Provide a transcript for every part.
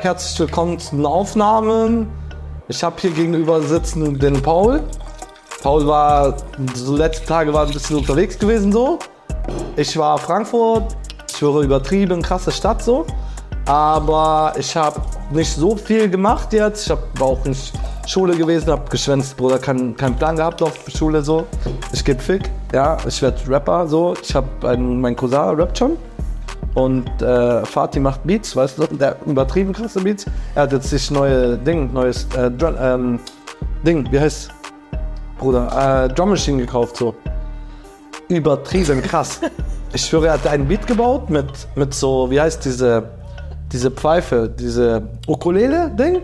herzlich willkommen zu den Aufnahmen. Ich habe hier gegenüber sitzen den Paul. Paul war so letzte Tage war ein bisschen unterwegs gewesen so. Ich war Frankfurt, ich höre übertrieben, krasse Stadt so. Aber ich habe nicht so viel gemacht jetzt. Ich habe auch in Schule gewesen, habe geschwänzt, Bruder, keinen kein Plan gehabt auf Schule so. Ich gebe Fick, ja, ich werde Rapper so. Ich habe meinen Cousin rappt schon. Und äh, Fatih macht Beats, weißt du, der übertrieben krasse Beats. Er hat jetzt sich neue Ding, neues äh, Drum, ähm, Ding, wie heißt Bruder, äh, Drum Machine gekauft so. Übertrieben krass. Ich schwöre, er hat einen Beat gebaut mit, mit so, wie heißt diese, diese Pfeife, diese Ukulele-Ding?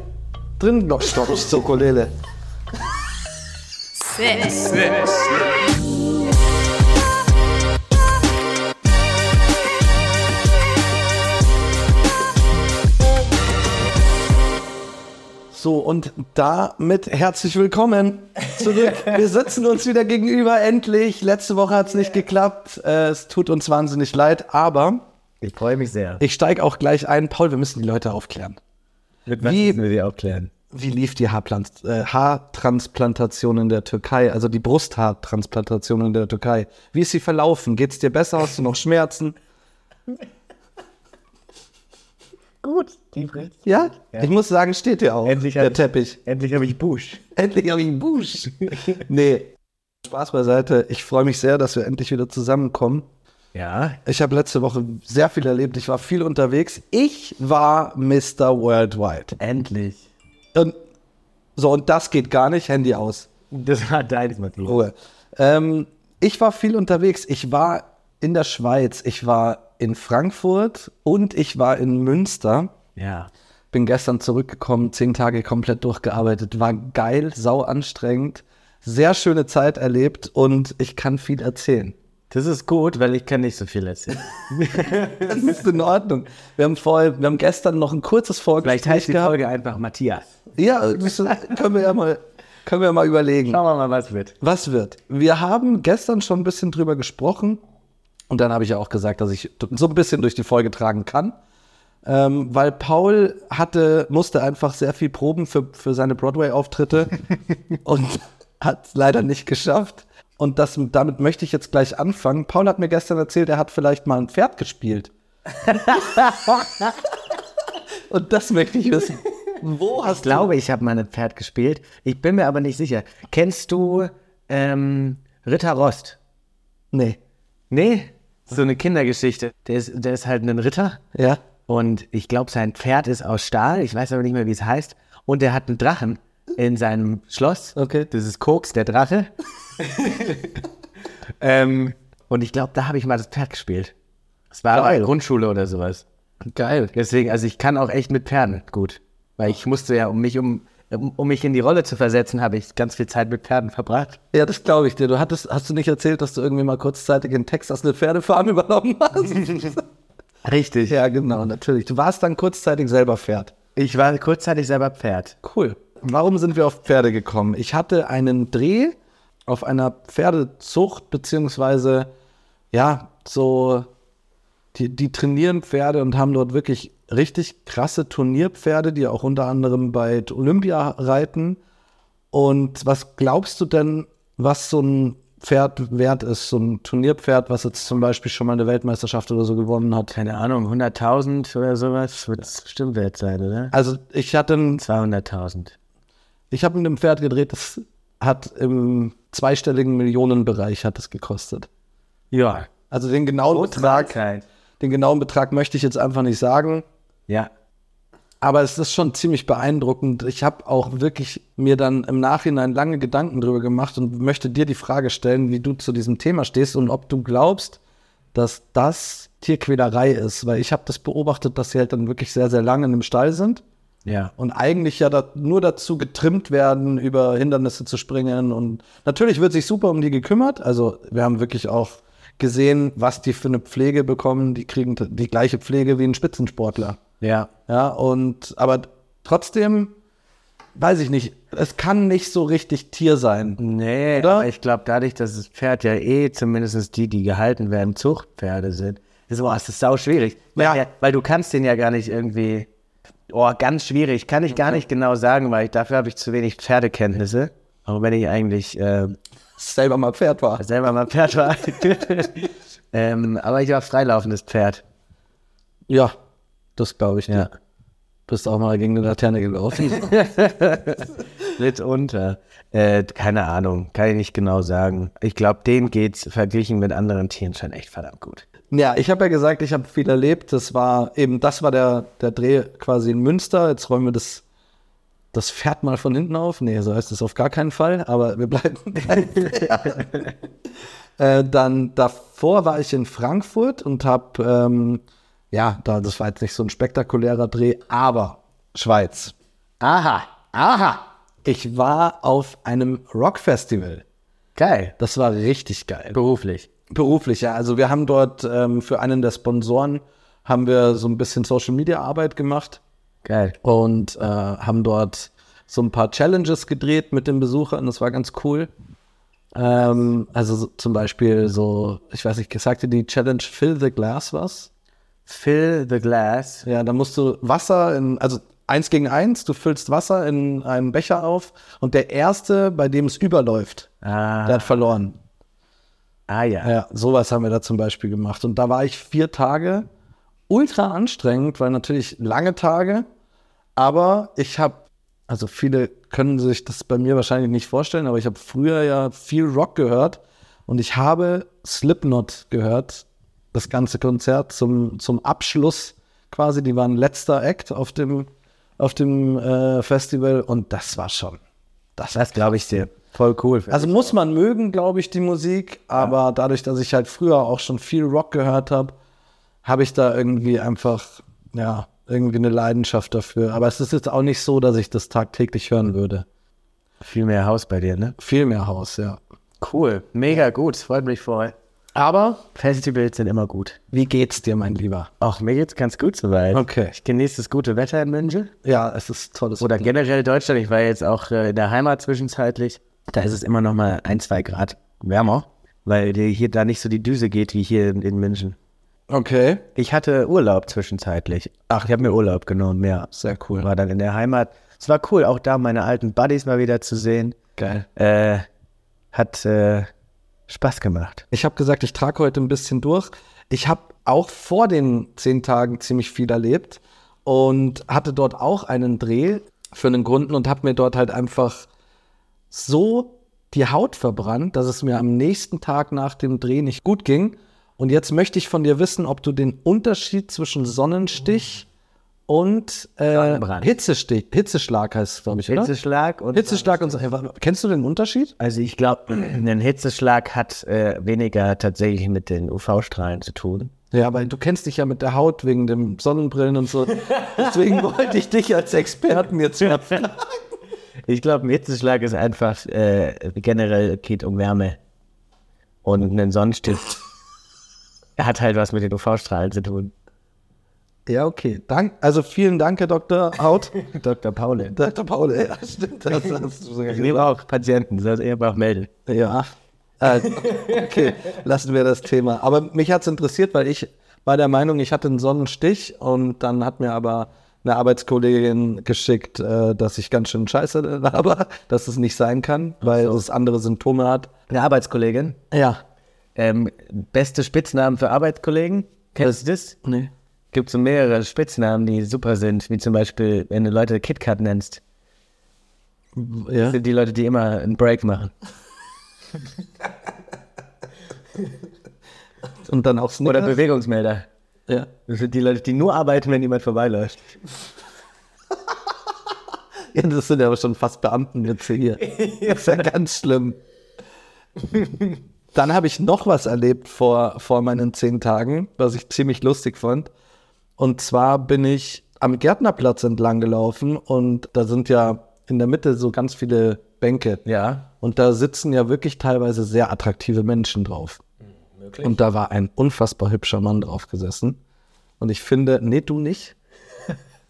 Drin, glaube ich, glaub, ist die Ukulele. So, und damit herzlich willkommen zurück. Wir sitzen uns wieder gegenüber, endlich. Letzte Woche hat es nicht geklappt. Äh, es tut uns wahnsinnig leid, aber Ich freue mich sehr. ich steige auch gleich ein. Paul, wir müssen die Leute aufklären. Mit Wie- müssen wir die aufklären? Wie lief die Haarplant äh, Haartransplantation in der Türkei, also die Brusthaartransplantation in der Türkei? Wie ist sie verlaufen? Geht's dir besser? Hast du noch Schmerzen? Gut. Ja? Ich muss sagen, steht dir auch. Endlich hab der ich- Teppich. Endlich habe ich Busch. Endlich habe ich einen Busch. nee. Spaß beiseite. Ich freue mich sehr, dass wir endlich wieder zusammenkommen. Ja. Ich habe letzte Woche sehr viel erlebt. Ich war viel unterwegs. Ich war Mr. Worldwide. Endlich. Und, so, und das geht gar nicht. Handy aus. Das war dein Motiv. Ruhe. Ähm, ich war viel unterwegs. Ich war in der Schweiz. Ich war in Frankfurt und ich war in Münster. Ja. Bin gestern zurückgekommen, zehn Tage komplett durchgearbeitet. War geil, sau anstrengend. Sehr schöne Zeit erlebt und ich kann viel erzählen. Das ist gut, weil ich kann nicht so viel erzählen. Das ist in Ordnung. Wir haben vorher, wir haben gestern noch ein kurzes Vorgespräch Vielleicht heißt die gehabt. Folge einfach Matthias. Ja, das können wir ja mal, können wir mal überlegen. Schauen wir mal, was wird. Was wird? Wir haben gestern schon ein bisschen drüber gesprochen und dann habe ich ja auch gesagt, dass ich so ein bisschen durch die Folge tragen kann, ähm, weil Paul hatte, musste einfach sehr viel proben für, für seine Broadway-Auftritte und hat es leider nicht geschafft. Und das, damit möchte ich jetzt gleich anfangen. Paul hat mir gestern erzählt, er hat vielleicht mal ein Pferd gespielt. und das möchte ich wissen. Wo hast Ich glaube, ich habe mal ein Pferd gespielt. Ich bin mir aber nicht sicher. Kennst du ähm, Ritter Rost? du? Nee. Nee? So eine Kindergeschichte. Der ist, der ist halt ein Ritter. Ja. Und ich glaube, sein Pferd ist aus Stahl. Ich weiß aber nicht mehr, wie es heißt. Und er hat einen Drachen in seinem Schloss. Okay. Das ist Koks, der Drache. ähm, und ich glaube, da habe ich mal das Pferd gespielt. Das war Geil. in der Grundschule oder sowas. Geil. Deswegen, also ich kann auch echt mit Pferden gut. Weil ich musste ja, um mich, um, um, um mich in die Rolle zu versetzen, habe ich ganz viel Zeit mit Pferden verbracht. Ja, das glaube ich dir. Du hattest, hast du nicht erzählt, dass du irgendwie mal kurzzeitig in Texas eine Pferdefarm übernommen hast? Richtig. ja, genau, natürlich. Du warst dann kurzzeitig selber Pferd. Ich war kurzzeitig selber Pferd. Cool. Warum sind wir auf Pferde gekommen? Ich hatte einen Dreh auf einer Pferdezucht, beziehungsweise, ja, so, die, die trainieren Pferde und haben dort wirklich richtig krasse Turnierpferde, die auch unter anderem bei Olympia reiten. Und was glaubst du denn, was so ein Pferd wert ist? So ein Turnierpferd, was jetzt zum Beispiel schon mal eine Weltmeisterschaft oder so gewonnen hat? Keine Ahnung, 100.000 oder sowas wird es bestimmt wert sein, oder? Also, ich hatte ein 200.000. Ich habe mit einem Pferd gedreht, das hat im zweistelligen Millionenbereich hat es gekostet. Ja. Also den genauen Betrag, Betragkeit. den genauen Betrag möchte ich jetzt einfach nicht sagen, Ja. aber es ist schon ziemlich beeindruckend. Ich habe auch wirklich mir dann im Nachhinein lange Gedanken drüber gemacht und möchte dir die Frage stellen, wie du zu diesem Thema stehst und ob du glaubst, dass das Tierquälerei ist, weil ich habe das beobachtet, dass sie halt dann wirklich sehr sehr lange in einem Stall sind Ja. und eigentlich ja da, nur dazu getrimmt werden, über Hindernisse zu springen. Und natürlich wird sich super um die gekümmert. Also wir haben wirklich auch gesehen, was die für eine Pflege bekommen. Die kriegen t- die gleiche Pflege wie ein Spitzensportler. Ja. Ja, und aber trotzdem weiß ich nicht, es kann nicht so richtig Tier sein. Nee, Oder? aber ich glaube, dadurch, dass das Pferd ja eh, zumindest die, die gehalten werden, Zuchtpferde sind, ist, boah, ist das sau schwierig. Weil, Ja. der- weil du kannst den ja gar nicht irgendwie Oh, ganz schwierig. Kann ich gar nicht genau sagen, weil ich, dafür habe ich zu wenig Pferdekenntnisse. Auch wenn ich eigentlich ähm, Selber mal Pferd war. selber mal Pferd war. ähm, aber ich war freilaufendes Pferd. Ja, das glaube ich. Ja. Bist auch mal gegen eine Laterne gelaufen. Mitunter. Äh, keine Ahnung. Kann ich nicht genau sagen. Ich glaube, denen geht's verglichen mit anderen Tieren schon echt verdammt gut. ja, ich habe ja gesagt, ich habe viel erlebt. Das war eben, das war der, der Dreh quasi in Münster. Jetzt räumen wir das, das Pferd mal von hinten auf. Nee, so heißt es auf gar keinen Fall, aber wir bleiben. beim Pferd. äh, dann davor war ich in Frankfurt und habe, ähm, ja, da, das war jetzt nicht so ein spektakulärer Dreh, aber Schweiz. Aha. Aha. Ich war auf einem Rockfestival. Geil. Das war richtig geil. Beruflich. Beruflich, ja. Also wir haben dort ähm, für einen der Sponsoren haben wir so ein bisschen Social Media Arbeit gemacht Geil. und äh, haben dort so ein paar Challenges gedreht mit den Besuchern. Das war ganz cool. Ähm, also so, zum Beispiel so, ich weiß nicht, sagte die Challenge Fill the Glass was? Fill the glass. Ja, da musst du Wasser in, also eins gegen eins, du füllst Wasser in einem Becher auf und der erste, bei dem es überläuft, Ah, der hat verloren. ah ja. Ja, sowas haben wir da zum Beispiel gemacht. Und da war ich vier Tage. Ultra anstrengend, weil natürlich lange Tage. Aber ich habe, also viele können sich das bei mir wahrscheinlich nicht vorstellen, aber ich habe früher ja viel Rock gehört und ich habe Slipknot gehört, das ganze Konzert zum, zum Abschluss quasi. Die waren letzter Act auf dem, auf dem äh, Festival und das war schon. Das Das glaube ich dir. Voll cool. also muss man mögen, glaube ich, die Musik, aber dadurch, dass ich halt früher auch schon viel Rock gehört habe, habe ich da irgendwie einfach, ja, irgendwie eine Leidenschaft dafür. Aber es ist jetzt auch nicht so, dass ich das tagtäglich hören würde. viel mehr Haus bei dir, ne? Viel mehr Haus, ja. Cool. Mega gut. Freut mich voll. Aber Festivals sind immer gut. wie geht's dir, mein Lieber? Auch mir geht's ganz gut soweit. Okay. Ich genieße das gute Wetter in München. Ja, es ist tolles. Oder generell Deutschland. Ich war jetzt auch äh, in der Heimat zwischenzeitlich. Da ist es immer noch mal ein, zwei Grad wärmer, weil die hier da nicht so die Düse geht wie hier in, in München. okay, Ich hatte Urlaub zwischenzeitlich. Ach, ich habe mir Urlaub genommen, ja. sehr cool. War dann in der Heimat. Es war cool, auch da meine alten Buddies mal wieder zu sehen. Geil. Äh, hat äh, Spaß gemacht. Ich habe gesagt, ich trage heute ein bisschen durch. Ich habe auch vor den zehn Tagen ziemlich viel erlebt und hatte dort auch einen Dreh für einen Kunden und habe mir dort halt einfach so die Haut verbrannt, dass es mir am nächsten Tag nach dem Dreh nicht gut ging. Und jetzt möchte ich von dir wissen, ob du den Unterschied zwischen Sonnenstich und äh, Sonnenbrand. Hitzestich, Hitzeschlag heißt es, glaube ich, oder? Hitzeschlag und Hitzeschlag und Sonnenstich. Kennst du den Unterschied? Also ich glaube, ein Hitzeschlag hat äh, weniger tatsächlich mit den UV-Strahlen zu tun. Ja, aber du kennst dich ja mit der Haut wegen dem Sonnenbrillen und so. Deswegen wollte ich dich als Experten jetzt mal fragen. Ich glaube, ein Hitzeschlag ist einfach äh, generell geht um Wärme. Und ein Sonnenstift hat halt was mit den UV-Strahlen zu tun. Ja, okay. Dank, also vielen Dank, Herr Dr. Haut. Dr. Paul. Dr. Paul, ja, stimmt. Das hast du sogar Ich gesagt. nehme auch Patienten, soll ihr auch melden. Ja. Äh, okay, lassen wir das Thema. Aber mich hat es interessiert, weil ich war der Meinung, ich hatte einen Sonnenstich und dann hat mir aber eine Arbeitskollegin geschickt, äh, dass ich ganz schön scheiße laber, dass es nicht sein kann, weil es andere Symptome hat. Eine Arbeitskollegin. Ja. Ähm, beste Spitznamen für Arbeitskollegen. Kennst du das? Nee. Gibt so mehrere Spitznamen, die super sind, wie zum Beispiel, wenn du Leute KitKat nennst. Ja. sind die Leute, die immer einen Break machen. Und dann auch Oder Snickers. Bewegungsmelder. ja. Das sind die Leute, die nur arbeiten, wenn jemand vorbeiläuft. ja, das sind ja aber schon fast Beamten jetzt hier. Das ist ja ganz schlimm. Dann habe ich noch was erlebt vor, vor meinen zehn Tagen, was ich ziemlich lustig fand. Und zwar bin ich am Gärtnerplatz entlang gelaufen und da sind ja in der Mitte so ganz viele Bänke. Ja. Und da sitzen ja wirklich teilweise sehr attraktive Menschen drauf. Hm, Und da war ein unfassbar hübscher Mann drauf gesessen. Und ich finde, nee, du nicht.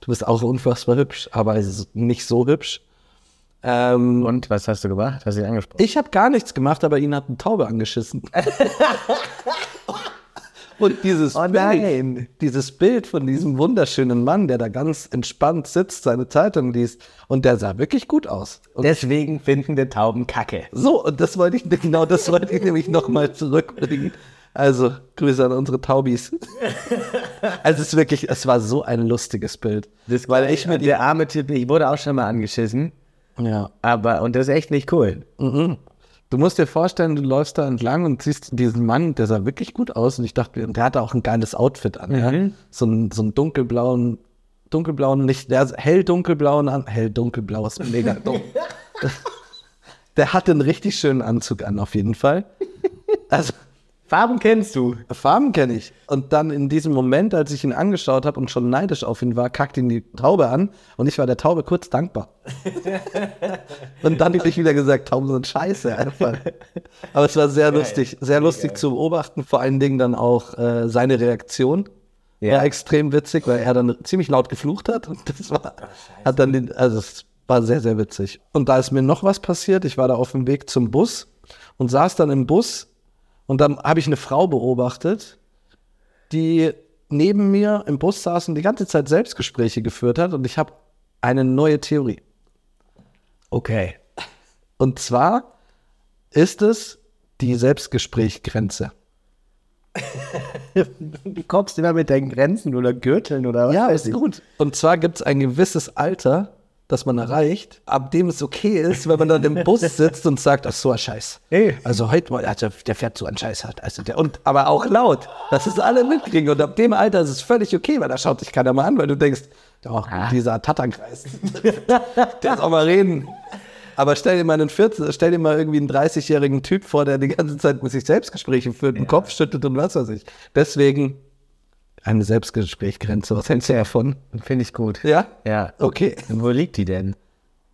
Du bist auch unfassbar hübsch, aber es ist nicht so hübsch. Ähm, Und was hast du gemacht? Hast du ihn angesprochen? ich habe gar nichts gemacht, aber ihn hat ein Taube angeschissen. Und dieses, Oh nein. Bild, dieses Bild von diesem wunderschönen Mann, der da ganz entspannt sitzt, seine Zeitung liest. Und der sah wirklich gut aus. Und Deswegen finden die Tauben Kacke. so, und das wollte ich, genau das wollte ich nämlich nochmal zurückbringen. Also, Grüße an unsere Taubis. Also, es ist wirklich, es war so ein lustiges Bild. weil ich mir die, der arme Typ, ich wurde auch schon mal angeschissen, ja. aber und das ist echt nicht cool. Du musst dir vorstellen, du läufst da entlang und siehst diesen Mann, der sah wirklich gut aus. Und ich dachte, mir, und der hatte auch ein geiles Outfit an. Ja? Mhm. So, einen, so einen dunkelblauen, dunkelblauen, nicht, der hell-dunkelblauen an. Hell-dunkelblau ist mega dumm. der hatte einen richtig schönen Anzug an, auf jeden Fall. Also, Farben kennst du. Farben kenne ich. Und dann in diesem Moment, als ich ihn angeschaut habe und schon neidisch auf ihn war, kackte ihn die Taube an und ich war der Taube kurz dankbar. und dann habe ich wieder gesagt, Tauben sind scheiße einfach. Aber es war sehr lustig, sehr lustig zu beobachten, vor allen Dingen dann auch äh, seine Reaktion. Ja. War extrem witzig, weil er dann ziemlich laut geflucht hat und das war, hat dann den, also es war sehr, sehr witzig. Und da ist mir noch was passiert, ich war da auf dem Weg zum Bus und saß dann im Bus und dann habe ich eine Frau beobachtet, die neben mir im Bus saß und die ganze Zeit Selbstgespräche geführt hat. Und ich habe eine neue Theorie. Okay. Und zwar ist es die Selbstgesprächgrenze. Du kommst immer mit deinen Grenzen oder Gürteln oder was weiß ich. gut. Und zwar gibt es ein gewisses Alter, das man erreicht, ab dem es okay ist, wenn man dann im Bus sitzt und sagt, ach so ein Scheiß. Ey. Also heute, mal- also der fährt so einen Scheiß halt. Also der, und, aber auch laut, dass es alle mitkriegen. Und ab dem Alter ist es völlig okay, weil da schaut sich keiner mal an, weil du denkst, doch, dieser Tatankreis, der soll mal reden. Aber stell dir mal einen 14, stell dir mal irgendwie einen 30-jährigen Typ vor, der die ganze Zeit mit sich Selbstgespräche führt, den Kopf schüttelt und was weiß ich. Deswegen eine Selbstgesprächgrenze. Was hältst du davon? Finde ich gut. Ja? Ja. Okay. Wo liegt die denn?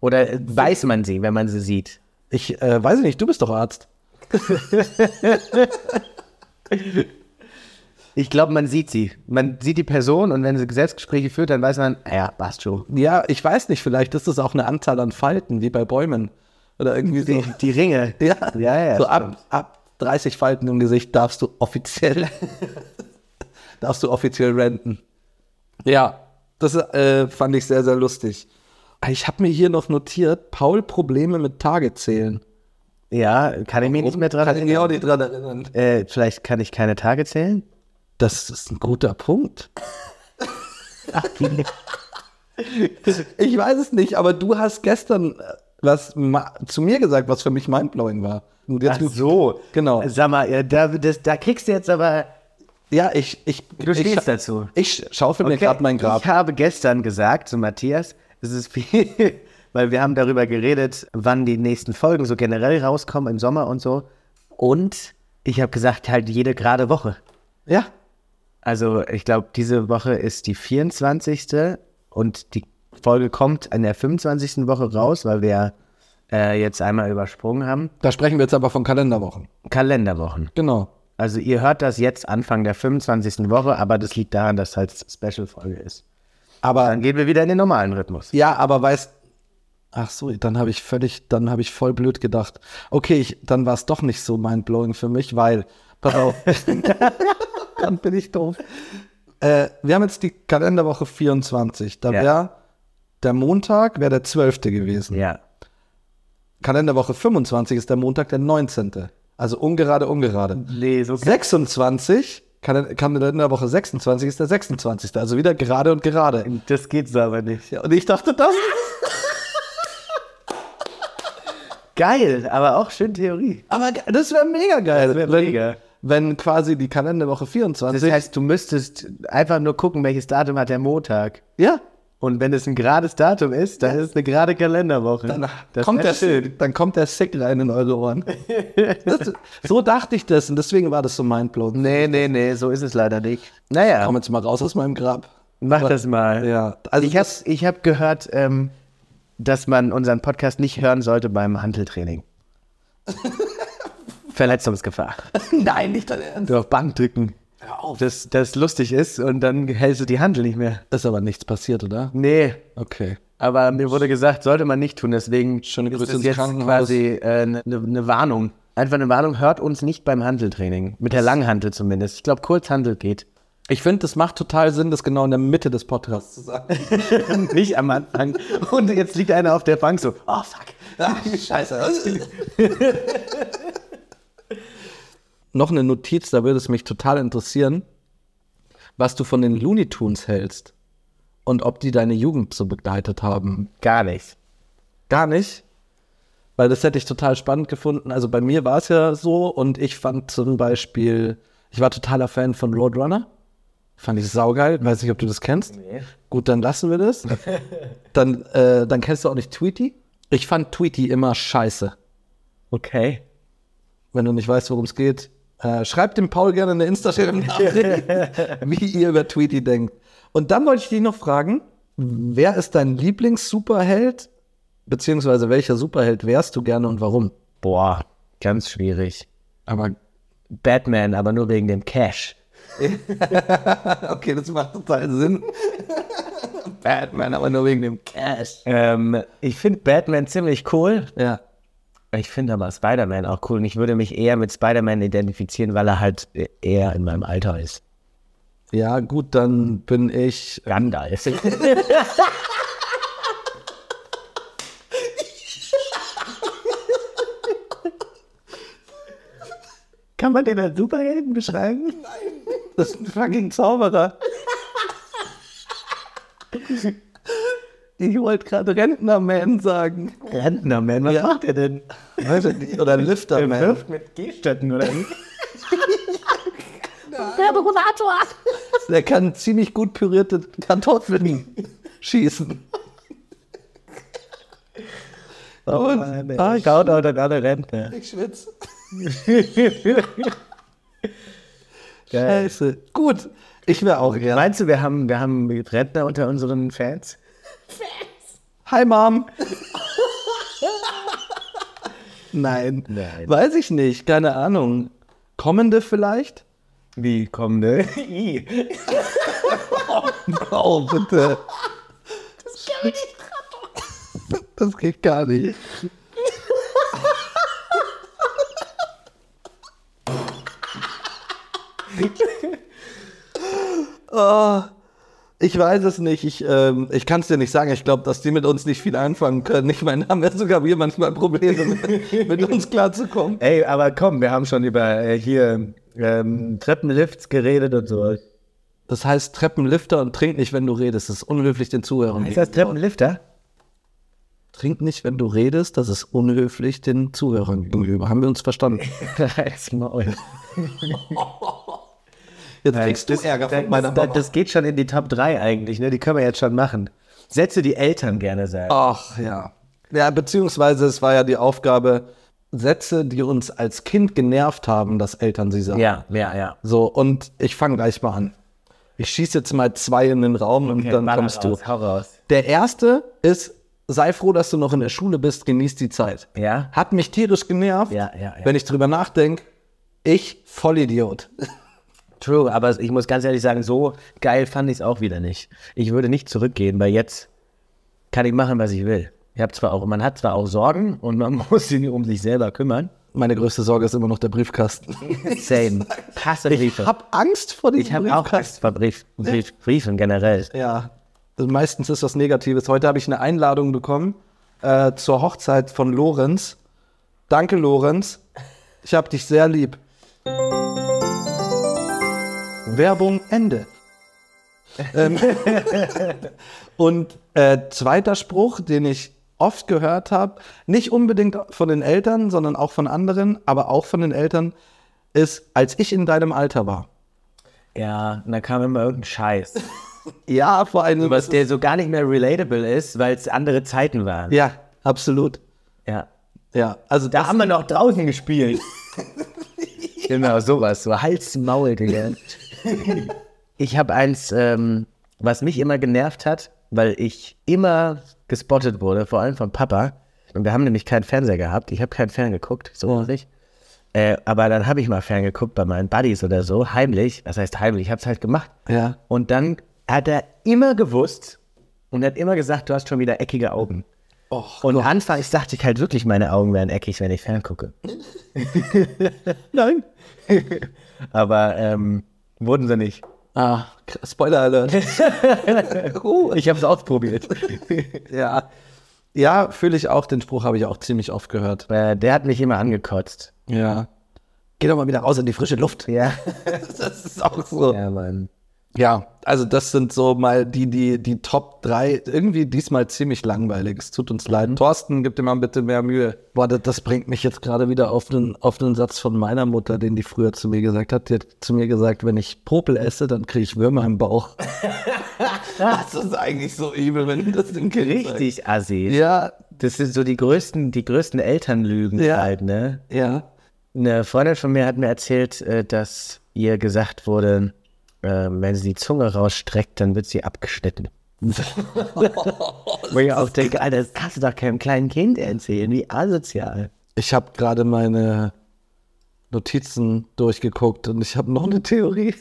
Oder äh, weiß man sie, wenn man sie sieht? Ich äh, weiß nicht, du bist doch Arzt. Ich glaube, man sieht sie. Man sieht die Person und wenn sie Selbstgespräche führt, dann weiß man, ah ja, passt schon. Ja, ich weiß nicht, vielleicht ist es auch eine Anzahl an Falten, wie bei Bäumen. Oder irgendwie so. Die, die Ringe. Ja, ja, ja, so stimmt. ab, ab 30 Falten im Gesicht darfst du offiziell, darfst du offiziell renten. Ja, das äh, fand ich sehr, sehr lustig. Ich habe mir hier noch notiert, Paul Probleme mit Tagezählen. Ja, kann ich mich nicht mehr dran Kann ich mich erinnern. auch nicht dran erinnern. Äh, vielleicht kann ich keine Tage zählen. Das ist ein guter Punkt. Ich weiß es nicht, aber du hast gestern äh, was ma- zu mir gesagt, was für mich mindblowing war. Und jetzt- Genau. Sag mal, ja, da, das, da kriegst du jetzt aber. Ja, ich, ich, Du ich, stehst scha- dazu. ich schaufel mir gerade mein Grab. Ich habe gestern gesagt zu Matthias, es ist viel, weil wir haben darüber geredet, wann die nächsten Folgen so generell rauskommen im Sommer und so. Und ich habe gesagt, halt jede gerade Woche. Ja, Also ich glaube, diese Woche ist die 24. und die Folge kommt in der 25. Woche raus, weil wir äh, jetzt einmal übersprungen haben. da sprechen wir jetzt aber von Kalenderwochen. Kalenderwochen. Genau. Also ihr hört das jetzt Anfang der 25. Woche, aber das liegt daran, dass halt Special-Folge ist. Aber Dann gehen wir wieder in den normalen Rhythmus. ja, aber weißt Ach so, dann habe ich völlig, dann habe ich voll blöd gedacht. Okay, ich, dann war es doch nicht so mindblowing für mich, weil pass auf. dann bin ich doof. Äh, wir haben jetzt die Kalenderwoche 24. Da Ja. wäre der Montag wäre der 12. gewesen. Ja. Kalenderwoche 25 ist der Montag der 19. Also ungerade, ungerade. Nee, so 26, Kal- Kalenderwoche 26 ist der 26. Also wieder gerade und gerade. das geht so aber nicht. Ja, und ich dachte, das Geil, aber auch schön Theorie. aber ge- das wäre mega geil. Das wär wenn, mega. wenn quasi die Kalenderwoche 24. Das heißt, du müsstest einfach nur gucken, welches Datum hat der Montag. ja, Und wenn es ein gerades Datum ist, dann ist es eine gerade Kalenderwoche. dann Das kommt wär der schön. Sick, dann kommt der Sick rein in eure Ohren. das, so dachte ich das und deswegen war das so mindblowing. Nee, nee, nee, so ist es leider nicht. Naja, Komm jetzt mal raus aus meinem Grab. mach das mal. Ja, also Ich habe ich hab gehört, ähm, dass man unseren Podcast nicht hören sollte beim Hanteltraining. Verletzungsgefahr. das- nein, nicht dein Ernst. Du auf Bank drücken. Hör auf. Das, das lustig ist und dann hältst du die Handel nicht mehr. Ist aber nichts passiert, oder? Nee, Okay. aber mir wurde gesagt, sollte man nicht tun. Deswegen Schöne ist Grüße das ins jetzt Krankenhaus. quasi eine äh, ne, ne Warnung. Einfach eine Warnung, hört uns nicht beim Handeltraining. Mit der Langhantel zumindest. Ich glaube, Kurzhandel geht. Ich finde, das macht total Sinn, das genau in der Mitte des Podcasts zu sagen. nicht am Anfang. Und jetzt liegt einer auf der Bank so, oh fuck. Ach, scheiße. Noch eine Notiz, da würde es mich total interessieren, was du von den Looney Tunes hältst und ob die deine Jugend so begleitet haben. Gar nicht. Gar nicht, weil das hätte ich total spannend gefunden. Also bei mir war es ja so und ich fand zum Beispiel, ich war totaler Fan von Roadrunner. Fand ich saugeil. Weiß nicht, ob du das kennst. Gut, dann lassen wir das. dann, äh, dann kennst du auch nicht Tweety. Ich fand Tweety immer scheiße. Okay. Wenn du nicht weißt, worum es geht, äh, schreibt dem Paul gerne eine Insta-Nachricht, wie ihr über Tweety denkt. Und dann wollte ich dich noch fragen, wer ist dein Lieblings-Superheld? Beziehungsweise welcher Superheld wärst du gerne und warum? Boah, ganz schwierig. Aber Batman, aber nur wegen dem Cash. okay, das macht total Sinn. Batman, aber nur wegen dem Cash. Ähm, ich finde Batman ziemlich cool. Ja. Ich finde aber Spider-Man auch cool. Und ich würde mich eher mit Spider-Man identifizieren, weil er halt eher in meinem Alter ist. Ja, gut, dann bin ich. Gandalf. Kann man den als Superhelden beschreiben? Das ist ein fucking Zauberer. Ich wollte gerade Rentnerman sagen. Rentnerman, was macht er denn? Weiß ich nicht. Oder Lifterman. mit Gehstöcken oder nicht? Der kann ziemlich gut pürierte Kartoffeln schießen. Und, ah, Shoutout an alle Rentner. ich schwitze. Scheiße. Gut. Ich wäre auch gerne. Meinst du, wir haben, wir haben Rentner unter unseren Fans? Hi Mom. Nein. Nein. Weiß ich nicht, keine Ahnung. Kommende vielleicht? Wie ne? kommende? Oh, bitte. Das geht gar nicht. Oh, ich weiß es nicht. Ich, ähm, ich kann es dir nicht sagen. Ich glaube, dass die mit uns nicht viel anfangen können. Ich meine, haben ja sogar wir manchmal Probleme, mit, mit uns klarzukommen. Ey, aber komm, wir haben schon über äh, hier ähm, Treppenlifts geredet und so. Ist Das heißt, Treppenlifter und trink nicht, wenn du redest. Das ist unhöflich den Zuhörern. das gegenüber. Treppenlifter? Trink nicht, wenn du redest, das ist unhöflich den Zuhörern gegenüber. Haben wir uns verstanden? Halt's Maul. Jetzt kriegst du Ärger Äh, das, von meiner das, Mama. das geht schon in die Top 3 eigentlich, ne? Die können wir jetzt schon machen. Sätze, die Eltern gerne sagen. Ach ja. Ja, beziehungsweise es war ja die Aufgabe, Sätze, die uns als Kind genervt haben, dass Eltern sie sagen. Ja, ja, ja. So, und ich fange gleich mal an. Ich schieße jetzt mal zwei in den Raum und dann Baller kommst du. raus, Hau raus. Der erste ist, sei froh, dass du noch in der Schule bist, genieß die Zeit. Ja. Hat mich tierisch genervt, Ja, ja, ja. wenn ich drüber nachdenke. Ich, Vollidiot. True, aber ich muss ganz ehrlich sagen, so geil fand ich es auch wieder nicht. Ich würde nicht zurückgehen, weil jetzt kann ich machen, was ich will. Ich hab zwar auch, man hat zwar auch Sorgen und man muss sich um sich selber kümmern. Meine größte Sorge ist immer noch der Briefkasten. Same. Passe Briefe. hab Angst vor diesem Ich habe auch Angst vor Brief, Brief, Briefen generell. Ja, also meistens ist was Negatives. Heute habe ich eine Einladung bekommen äh, zur Hochzeit von Lorenz. Danke, Lorenz. Ich habe dich sehr lieb. Werbung Ende. ähm, und äh, zweiter Spruch, den ich oft gehört habe, nicht unbedingt von den Eltern, sondern auch von anderen, aber auch von den Eltern, ist, als ich in deinem Alter war. Ja, und da kam immer irgendein Scheiß, Ja, vor allem. was der so gar nicht mehr relatable ist, weil es andere Zeiten waren. Ja, absolut. Ja. Ja, also Da haben wir noch draußen gespielt. genau, sowas. So Hals, Maul, Digga. ich habe eins, ähm, was mich immer genervt hat, weil ich immer gespottet wurde, vor allem von Papa. Und wir haben nämlich keinen Fernseher gehabt. Ich habe keinen Fern geguckt, so nicht. Äh, aber dann habe ich mal ferngeguckt bei meinen Buddies oder so, heimlich. Das heißt heimlich, ich habe es halt gemacht. Ja. Und dann hat er immer gewusst und hat immer gesagt, du hast schon wieder eckige Augen. Och, Und anfangs dachte ich halt wirklich, meine Augen wären eckig, wenn ich ferngucke. Nein. Aber ähm, wurden sie nicht. ah, krass, Spoiler Alert. Oh, ich habe es ausprobiert. ja. Ja, fühle ich auch. Den Spruch habe ich auch ziemlich oft gehört. äh, der hat mich immer angekotzt. Ja. Geh doch mal wieder raus in die frische Luft. Ja. Das ist auch so. Ja, Mann. Ja, also das sind so mal die, die, die Top 3. Irgendwie diesmal ziemlich langweilig. Es tut uns leid. Thorsten, gib dir mal bitte mehr Mühe. Mhm. Boah, das, das bringt mich jetzt gerade wieder auf einen, auf einen Satz von meiner Mutter, den die früher zu mir gesagt hat. Die hat zu mir gesagt, wenn ich Popel esse, dann kriege ich Würmer im Bauch. das ist eigentlich so übel, wenn du das dem Kind sagst. Richtig assi. Ja, Das sind so die größten, die größten Elternlügen Ja. halt, ne? ja. Eine Freundin von mir hat mir erzählt, äh, dass ihr gesagt wurde, äh, wenn sie die Zunge rausstreckt, dann wird sie abgeschnitten. Wo ich auch denke, Alter, das kannst du doch keinem kleinen Kind erzählen, wie asozial. Ich habe gerade meine Notizen durchgeguckt und ich habe noch eine Theorie.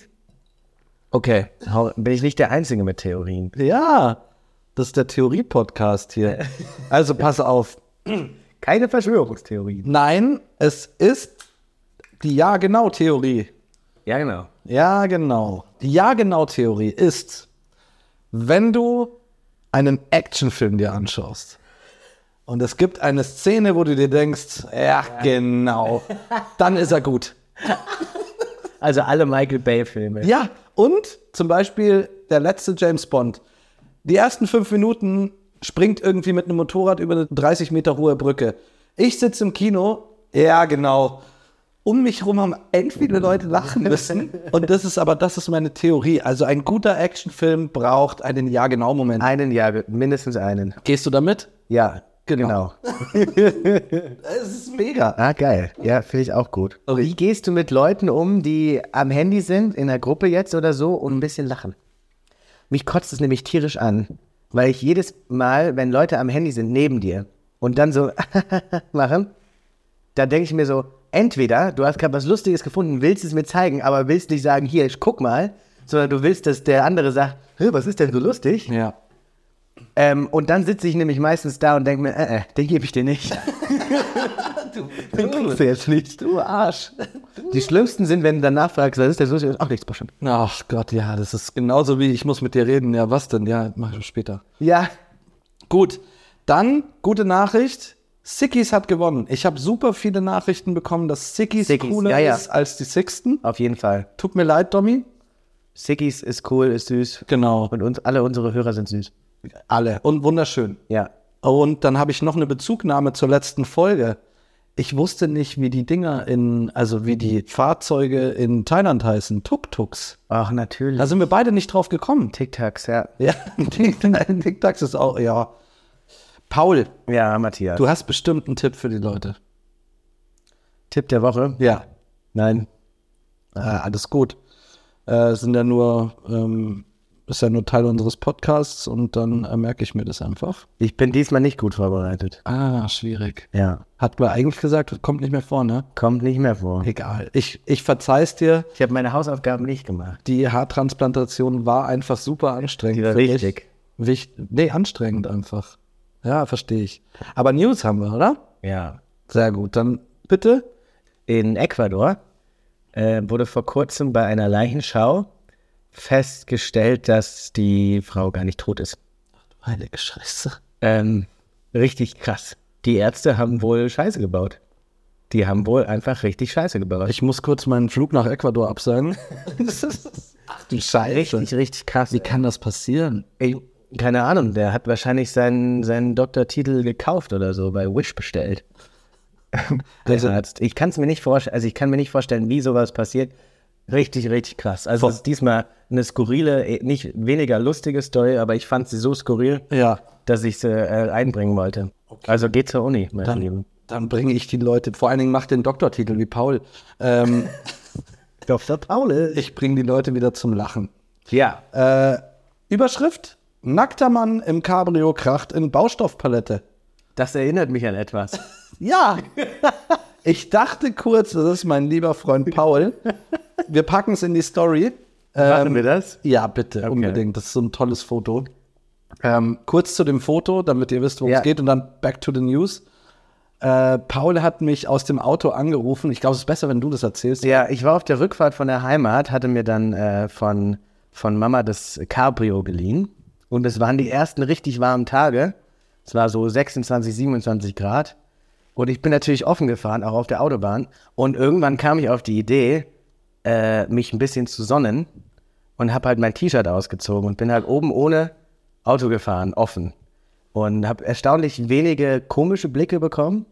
Okay. Hau- Bin ich nicht der Einzige mit Theorien? Ja, das ist der Theorie-Podcast hier. Also pass auf. Keine Verschwörungstheorien. Nein, es ist die Ja-Genau-Theorie. Ja, genau. Ja, genau. Die Ja-Genau-Theorie ist, wenn du einen Actionfilm dir anschaust und es gibt eine Szene, wo du dir denkst, ja, genau, dann ist er gut. Also alle Michael Bay-Filme. Ja, und zum Beispiel der letzte James Bond. Die ersten fünf Minuten springt irgendwie mit einem Motorrad über eine 30 Meter hohe Brücke. Ich sitze im Kino, ja, genau. Um mich herum haben entweder Leute lachen müssen. Und das ist aber, das ist meine Theorie. Also ein guter Actionfilm braucht einen Ja-Genau-Moment. Einen, ja, mindestens einen. Gehst du damit? Ja, Genau. genau. Es ist mega. Ah, geil. Ja, finde ich auch gut. Sorry. Wie gehst du mit Leuten um, die am Handy sind, in der Gruppe jetzt oder so, und ein bisschen lachen? Mich kotzt es nämlich tierisch an, weil ich jedes Mal, wenn Leute am Handy sind, neben dir und dann so machen, da denke ich mir so, entweder du hast gerade was Lustiges gefunden, willst es mir zeigen, aber willst nicht sagen, hier, ich guck mal, sondern du willst, dass der andere sagt, "Hä, was ist denn so lustig? Ja. Ähm, und dann sitze ich nämlich meistens da und denke mir, äh, äh, den gebe ich dir nicht. Den kriegst du jetzt nicht. Du Arsch. Die schlimmsten sind, wenn du danach fragst, was ist der Sushi? Ach, nichts bestimmt. Ach Gott, ja, das ist genauso wie ich muss mit dir reden. Ja, was denn? Ja, mach ich später. Ja, Gut, dann gute Nachricht. Sickies hat gewonnen. Ich habe super viele Nachrichten bekommen, dass Sickies, Sickies, cooler ja, ja. ist als die Sixten. auf jeden Fall. Tut mir leid, Domi. Sickies ist cool, ist süß. Genau, Und uns, alle unsere Hörer sind süß. alle. Und wunderschön. Ja. Und dann habe ich noch eine Bezugnahme zur letzten Folge. Ich wusste nicht, wie die Dinger in, also wie die Fahrzeuge in Thailand heißen. Tuk-Tuks. Ach, natürlich. Da sind wir beide nicht drauf gekommen. Tic-Tacs, Also, ja. Ja, Tic-Tacs ist auch, ja. Paul, Ja, Matthias. du hast bestimmt einen Tipp für die Leute. Tipp der Woche? Ja. Nein. Ah, alles gut. Äh, sind ja nur, ähm, ist ja nur Teil unseres Podcasts und dann äh, merke ich mir das einfach. Ich bin diesmal nicht gut vorbereitet. Ah, schwierig. Ja. Hat man eigentlich gesagt, kommt nicht mehr vor, ne? Kommt nicht mehr vor. Egal. Ich, ich verzeih's dir, Ich habe meine Hausaufgaben nicht gemacht. die Haartransplantation war einfach super anstrengend. Die war für mich. wichtig. Wicht, nee, anstrengend einfach. Ja, verstehe ich. Aber News haben wir, oder? Ja. Sehr gut. Dann bitte. In Ecuador äh, wurde vor kurzem bei einer Leichenschau festgestellt, dass die Frau gar nicht tot ist. Heilige Scheiße. Ähm, richtig krass. Die Ärzte haben wohl Scheiße gebaut. Die haben wohl einfach richtig Scheiße gebaut. Ich muss kurz meinen Flug nach Ecuador absagen. Ach du Scheiße. richtig, richtig krass. Wie kann das passieren? Ey, keine Ahnung, der hat wahrscheinlich seinen, seinen Doktortitel gekauft oder so, bei Wish bestellt. Der Also- Arzt. Ich kann es mir nicht vorstellen, also ich kann mir nicht vorstellen, wie sowas passiert. Richtig, richtig krass. Also Voll. es ist diesmal eine skurrile, eh, nicht weniger lustige Story, aber ich fand sie so skurril, Ja, dass ich sie äh, einbringen wollte. Also geht zur Uni, meine dann, Lieben. dann bringe ich die Leute, vor allen Dingen mach den Doktortitel wie Paul. Ähm, Dr. Paul. ich bringe die Leute wieder zum Lachen. Ja, Äh, Überschrift: Nackter Mann im Cabrio kracht in Baustoffpalette. das erinnert mich an etwas. Ja, ich dachte kurz, das ist mein lieber Freund Paul. Wir packen es in die Story. Ähm, wir das? ja, bitte, Okay. unbedingt. Das ist so ein tolles Foto. Ähm, kurz zu dem Foto, damit ihr wisst, worum Ja. es geht, und dann back to the news. Äh, Paul hat mich aus dem Auto angerufen. Ich glaube, es ist besser, wenn du das erzählst. Ja, ich war auf der Rückfahrt von der Heimat, hatte mir dann äh, von, von Mama das Cabrio geliehen. Und es waren die ersten richtig warmen Tage. Es war so 26, 27 Grad. Und ich bin natürlich offen gefahren, auch auf der Autobahn. Und irgendwann kam ich auf die Idee, äh, mich ein bisschen zu sonnen und habe halt mein T-Shirt ausgezogen und bin halt oben ohne Auto gefahren, offen. Und habe erstaunlich wenige komische Blicke bekommen.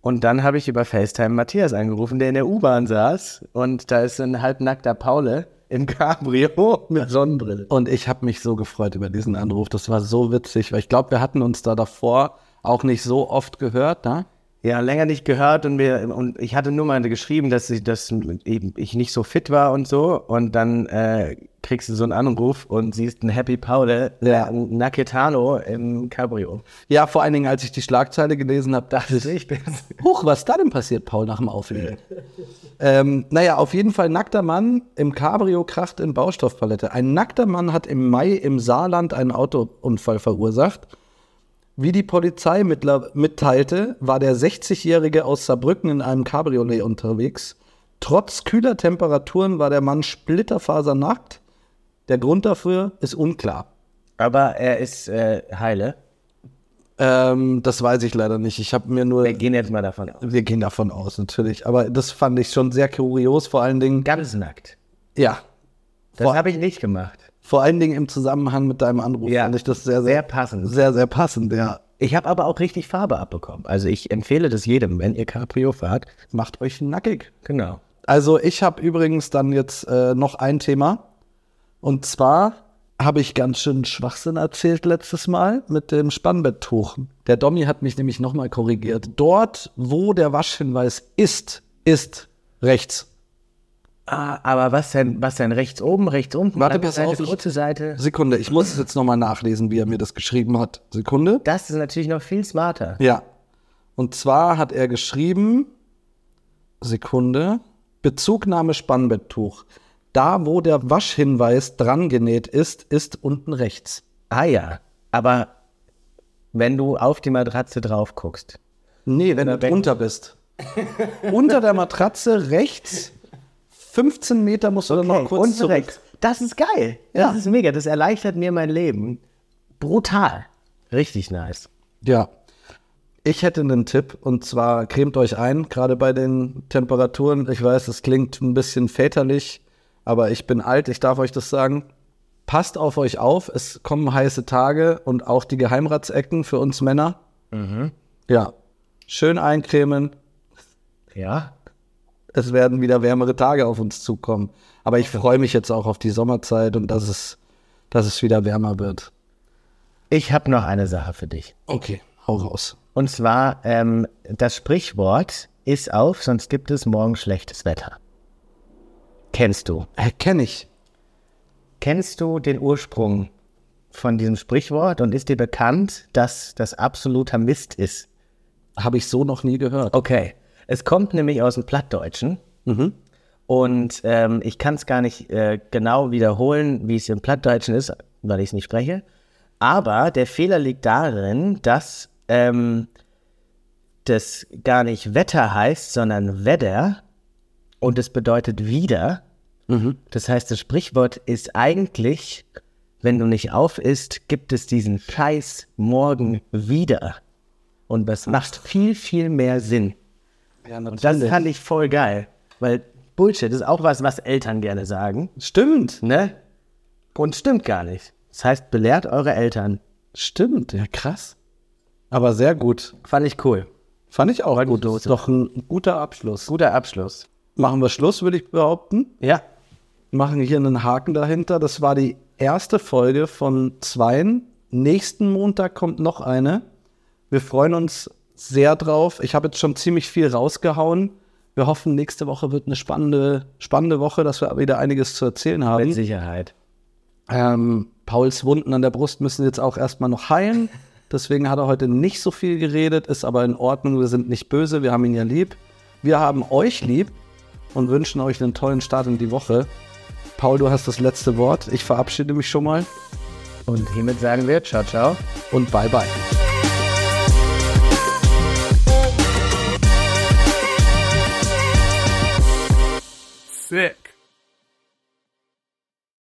Und dann habe ich über FaceTime Matthias angerufen, der in der U-Bahn saß. Und da ist ein halbnackter Paule im Cabrio mit Sonnenbrille. Und ich habe mich so gefreut über diesen Anruf. Das war so witzig, weil ich glaube, wir hatten uns da davor auch nicht so oft gehört, ne? Ja, länger nicht gehört und mir und ich hatte nur mal geschrieben, dass ich, dass eben ich nicht so fit war und so. Und dann äh, kriegst du so einen Anruf und siehst einen Happy Paule, Ja. ja. Naketano im Cabrio. Ja, vor allen Dingen, als ich die Schlagzeile gelesen habe, dachte ich, Ich bin's. Huch, was ist da denn passiert, Paul, nach dem Auflegen? ähm, naja, auf jeden Fall nackter Mann im Cabrio kracht in Baustoffpalette. Ein nackter Mann hat im Mai im Saarland einen Autounfall verursacht. Wie die Polizei mittler- mitteilte, war der 60-Jährige aus Saarbrücken in einem Cabriolet unterwegs. Trotz kühler Temperaturen war der Mann splitterfasernackt. Der Grund dafür ist unklar. Aber er ist äh, heile. Ähm, das weiß ich leider nicht. Ich habe mir nur Wir gehen jetzt mal davon aus. Wir gehen davon aus, natürlich. Aber das fand ich schon sehr kurios, vor allen Dingen. Ganz nackt. Ja. Das habe ich nicht gemacht. Vor allen Dingen im Zusammenhang mit deinem Anruf Ja. fand ich das sehr, Sehr sehr, passend. sehr, sehr passend, ja. Ich habe aber auch richtig Farbe abbekommen. Also ich empfehle das jedem, wenn ihr Cabrio fahrt. Macht euch nackig. Genau. Also, ich habe übrigens dann jetzt äh, noch ein Thema. Und zwar habe ich ganz schön Schwachsinn erzählt letztes Mal mit dem Spannbetttuch. Der Domi hat mich nämlich nochmal korrigiert. Dort, wo der Waschhinweis ist, ist rechts. Ah, aber was denn, was denn rechts oben, rechts unten? Warte, lange pass Seite, auf, ich- Kurze Seite. Sekunde, ich muss es jetzt nochmal nachlesen, wie er mir das geschrieben hat. Sekunde. Das ist natürlich noch viel smarter. Ja. Und zwar hat er geschrieben, Sekunde, Bezugnahme Spannbetttuch. Da, wo der Waschhinweis dran genäht ist, ist unten rechts. Ah ja, aber wenn du auf die Matratze drauf guckst. Nee, wenn Na, du wenn- drunter bist. Unter der Matratze rechts, 15 Meter musst du dann noch kurz unten zurück. rechts. Das ist geil. Ja. Das ist mega. Das erleichtert mir mein Leben. Brutal. Richtig nice. Ja. Ich hätte einen Tipp und zwar cremt euch ein, gerade bei den Temperaturen. Ich weiß, das klingt ein bisschen väterlich, aber ich bin alt, ich darf euch das sagen. Passt auf euch auf, es kommen heiße Tage und auch die Geheimratsecken für uns Männer. Ja. Schön eincremen, Ja. es werden wieder wärmere Tage auf uns zukommen. Aber ich freue mich jetzt auch auf die Sommerzeit und dass es, dass es wieder wärmer wird. Ich habe noch eine Sache für dich. Okay, hau raus. Und zwar, ähm, das Sprichwort ist auf, sonst gibt es morgen schlechtes Wetter. Kennst du? Erkenne Äh, ich. Kennst du den Ursprung von diesem Sprichwort und ist dir bekannt, dass das absoluter Mist ist? Habe ich so noch nie gehört. Okay. Es kommt nämlich aus dem Plattdeutschen. Und ähm, ich kann es gar nicht äh, genau wiederholen, wie es im Plattdeutschen ist, weil ich es nicht spreche. Aber der Fehler liegt darin, dass ähm, das gar nicht Wetter heißt, sondern Wetter. Und es bedeutet wieder. Das heißt, das Sprichwort ist eigentlich, wenn du nicht auf isst, gibt es diesen Scheiß morgen wieder. Und das macht viel, viel mehr Sinn. Ja, Das fand ich voll geil. Weil Bullshit ist auch was, was Eltern gerne sagen. Stimmt, Ne? Und stimmt gar nicht. Das heißt, belehrt eure Eltern. stimmt, ja krass. Aber sehr gut. Fand ich cool. Fand ich auch gut. los. Ist doch ein guter Abschluss. Guter Abschluss. Machen wir Schluss, würde ich behaupten. Ja. Machen hier einen Haken dahinter. Das war die erste Folge von Zweien. Nächsten Montag kommt noch eine. Wir freuen uns sehr drauf. Ich habe jetzt schon ziemlich viel rausgehauen. Wir hoffen, nächste Woche wird eine spannende, spannende Woche, dass wir wieder einiges zu erzählen haben. Mit Sicherheit. Ähm, Pauls Wunden an der Brust müssen jetzt auch erstmal noch heilen. Deswegen hat er heute nicht so viel geredet, ist aber in Ordnung. Wir sind nicht böse, wir haben ihn ja lieb. Wir haben euch lieb und wünschen euch einen tollen Start in die Woche. Paul, du hast das letzte Wort. Ich verabschiede mich schon mal. Und hiermit sagen wir ciao, ciao. und bye bye. Sick.